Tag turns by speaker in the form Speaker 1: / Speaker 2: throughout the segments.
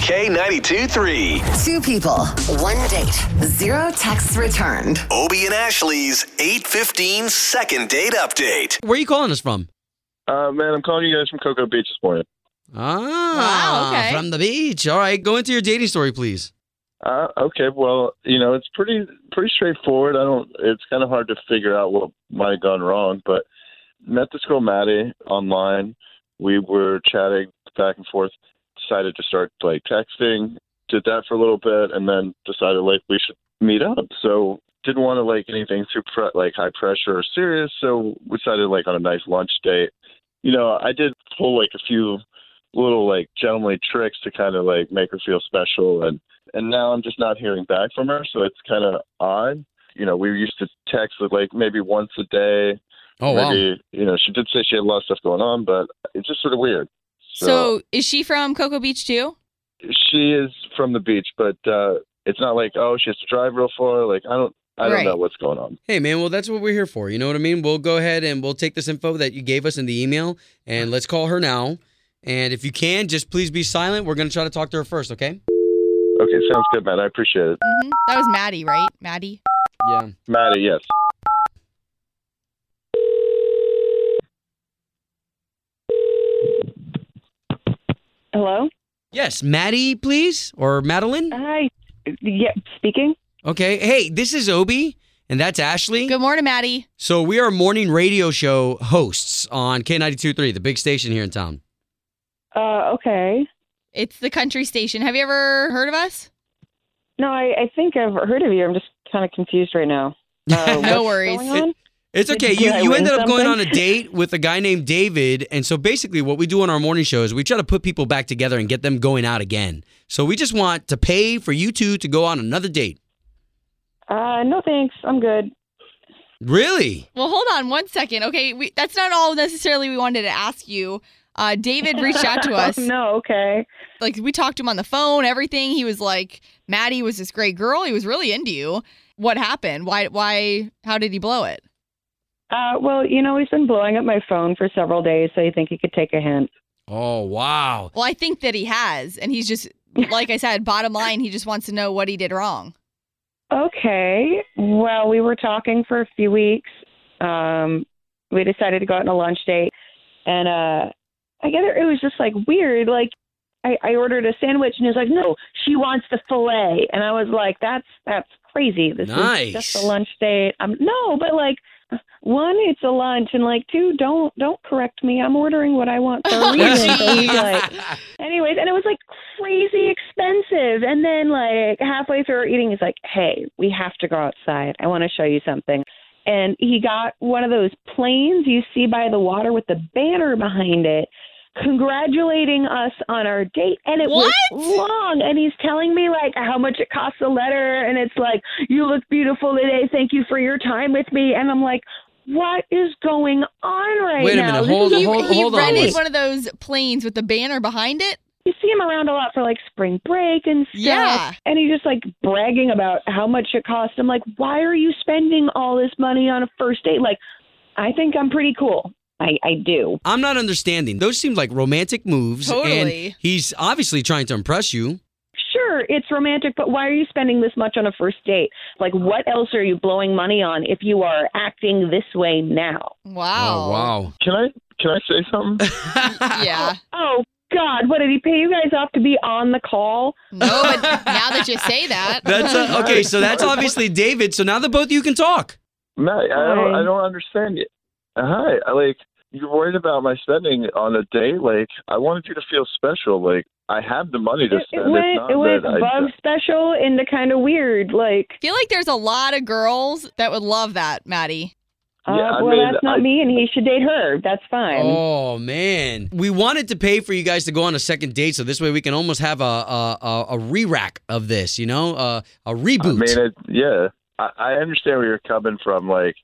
Speaker 1: K92 3.
Speaker 2: Two people, one date, zero texts returned.
Speaker 1: Obie and Ashley's 815 second date update.
Speaker 3: Where are you calling us from?
Speaker 4: Uh, man, I'm calling you guys from Cocoa Beach this morning.
Speaker 3: Ah,
Speaker 5: Wow, okay.
Speaker 3: from the beach. All right, go into your dating story, please.
Speaker 4: Uh, okay, well, you know, it's pretty pretty straightforward. I don't. It's kind of hard to figure out what might have gone wrong, but met this girl Maddie online. We were chatting back and forth. Decided to start like texting. Did that for a little bit, and then decided like we should meet up. So didn't want to like anything too pre- like high pressure or serious. So we decided like on a nice lunch date. You know, I did pull like a few little like gentlemanly tricks to kind of like make her feel special and and now I'm just not hearing back from her, so it's kind of odd. You know, we used to text with like maybe once a day.
Speaker 3: Oh, wow.
Speaker 4: maybe, You know, she did say she had a lot of stuff going on, but it's just sort of weird.
Speaker 5: So, is she from Cocoa Beach too?
Speaker 4: she is from the beach, but uh it's not like oh she has to drive real far. Like I don't, I don't
Speaker 5: Right.
Speaker 4: know what's going on.
Speaker 3: Hey, man, well, that's what we're here for. You know what I mean? We'll go ahead and we'll take this info that you gave us in the email and let's call her now. And if you can, just please be silent. We're going to try to talk to her first, okay?
Speaker 4: Okay, sounds good, man. I appreciate it,
Speaker 5: hmm That was Maddie, right? Maddie.
Speaker 3: Yeah.
Speaker 4: Maddie. Yes.
Speaker 6: Hello.
Speaker 3: Yes, Maddie, please, or Madeline.
Speaker 6: Hi. Yeah, speaking.
Speaker 3: Okay. Hey, this is Obi, and that's Ashley.
Speaker 5: Good morning, Maddie.
Speaker 3: So we are morning radio show hosts on K92.3, the big station here in town.
Speaker 6: Uh, okay.
Speaker 5: It's the country station. Have you ever heard of us?
Speaker 6: No, I, I think I've heard of you. I'm just kind of confused right now. Uh,
Speaker 5: No
Speaker 6: what's
Speaker 5: worries.
Speaker 6: going on?
Speaker 3: It's okay. You,
Speaker 6: Did I
Speaker 3: you
Speaker 6: win
Speaker 3: ended up going on a
Speaker 6: something?
Speaker 3: date with a guy named David. And so basically, what we do on our morning show is we try to put people back together and get them going out again. So we just want to pay for you two to go on another date.
Speaker 6: Uh, no thanks. I'm good.
Speaker 3: Really?
Speaker 5: Well, hold on one second. Okay, we, that's not all necessarily we wanted to ask you. Uh, David reached out to us.
Speaker 6: no, okay.
Speaker 5: Like we talked to him on the phone, everything. He was like, Maddie was this great girl. He was really into you. What happened? Why? Why? How did he blow it?
Speaker 6: Uh, well, you know, he's been blowing up my phone for several days, so you think he could take a hint.
Speaker 3: Oh, wow.
Speaker 5: Well, I think that he has, and he's just like I said. Bottom line, he just wants to know what he did wrong.
Speaker 6: Okay. Well, we were talking for a few weeks. Um, we decided to go out on a lunch date, and uh, I guess it was just like weird. Like, I, I ordered a sandwich, and he was like, "No, she wants the fillet," and I was like, "That's that's crazy. This
Speaker 3: Nice.
Speaker 6: is just a lunch date." Um, no, but like, one, it's a lunch, and like, two, don't don't correct me. I'm ordering what I want for a reason. so he's like, Anyways, and it was like crazy expensive. And then like halfway through our eating, he's like, "Hey, we have to go outside. I want to show you something." And he got one of those planes you see by the water with the banner behind it, congratulating us on our date. And it
Speaker 5: What?
Speaker 6: was long. And he's telling me like how much it costs a letter, and it's like, "You look beautiful today. Thank you for your time with me." And I'm like. What is going on right
Speaker 3: Wait a
Speaker 6: now?
Speaker 3: minute,
Speaker 6: This
Speaker 3: hold-
Speaker 6: is
Speaker 5: he,
Speaker 3: hold-
Speaker 5: he
Speaker 3: hold on,
Speaker 5: rented
Speaker 3: wait.
Speaker 5: one of those planes with the banner behind it.
Speaker 6: you see him around a lot for like spring break and stuff.
Speaker 5: Yeah.
Speaker 6: And he's just like bragging about how much it cost. I'm like, why are you spending all this money on a first date? Like, I think I'm pretty cool. I, I do.
Speaker 3: I'm not understanding. Those seem like romantic moves. And
Speaker 5: Totally.
Speaker 3: he's obviously trying to impress you.
Speaker 6: Sure, it's romantic, but why are you spending this much on a first date? Like, what else are you blowing money on if you are acting this way now?
Speaker 5: Wow.
Speaker 3: Oh, wow.
Speaker 4: Can I can I say something?
Speaker 5: Yeah.
Speaker 6: Oh, God, what did he pay you guys off to be on the call?
Speaker 5: No, but now that you say that,
Speaker 3: That's a, okay. So that's obviously David. So now that both of you can talk.
Speaker 4: Matt, I don't,
Speaker 6: Hi.
Speaker 4: I don't understand it. Hi, I, like you're worried about my spending on a date. Like I wanted you to feel special. Like I have the money to
Speaker 6: It, it
Speaker 4: spend. it's
Speaker 6: went,
Speaker 4: not
Speaker 6: it went
Speaker 4: that I-
Speaker 6: above special into kind of weird. Like,
Speaker 5: I feel like there's a lot of girls that would love that, Maddie.
Speaker 6: Uh,
Speaker 4: Yeah, I
Speaker 6: well,
Speaker 4: mean,
Speaker 6: that's not
Speaker 4: I-
Speaker 6: me, and he should date her. That's fine.
Speaker 3: Oh man, we wanted to pay for you guys to go on a second date, so this way we can almost have a a, a, a re-rack of this, you know, uh, a
Speaker 4: I
Speaker 3: reboot.
Speaker 4: mean, it, yeah, I, I understand where you're coming from, like,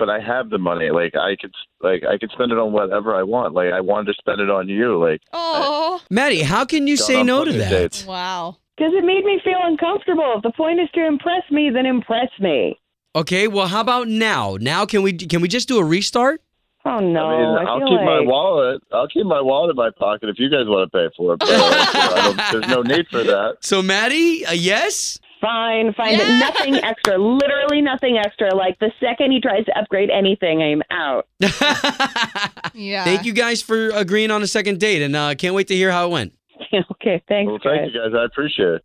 Speaker 4: but I have the money. Like, I could, like, I could spend it on whatever I want. Like, I wanted to spend it on you. Like,
Speaker 5: Oh,
Speaker 3: Maddie, how can you
Speaker 4: gone
Speaker 3: say
Speaker 4: on
Speaker 3: no to
Speaker 4: plenty of
Speaker 3: that?
Speaker 4: dates.
Speaker 5: wow.
Speaker 6: Because it made me feel uncomfortable. If the point is to impress me, then impress me.
Speaker 3: Okay, well, how about now? Now can we can we just do a restart?
Speaker 6: Oh no,
Speaker 4: I mean,
Speaker 6: I
Speaker 4: I'll
Speaker 6: feel
Speaker 4: keep my
Speaker 6: like
Speaker 4: wallet. I'll keep my wallet in my pocket if you guys want to pay for it. But I don't, there's no need for that.
Speaker 3: So Maddie, a yes?
Speaker 6: fine, fine, but
Speaker 5: Yeah.
Speaker 6: nothing extra. Literally nothing extra. Like the second he tries to upgrade anything, I'm out.
Speaker 5: Yeah.
Speaker 3: Thank you guys for agreeing on a second date, and uh, can't wait to hear how it went.
Speaker 6: okay, thanks,
Speaker 4: Well,
Speaker 6: guys.
Speaker 4: thank you guys. I appreciate it.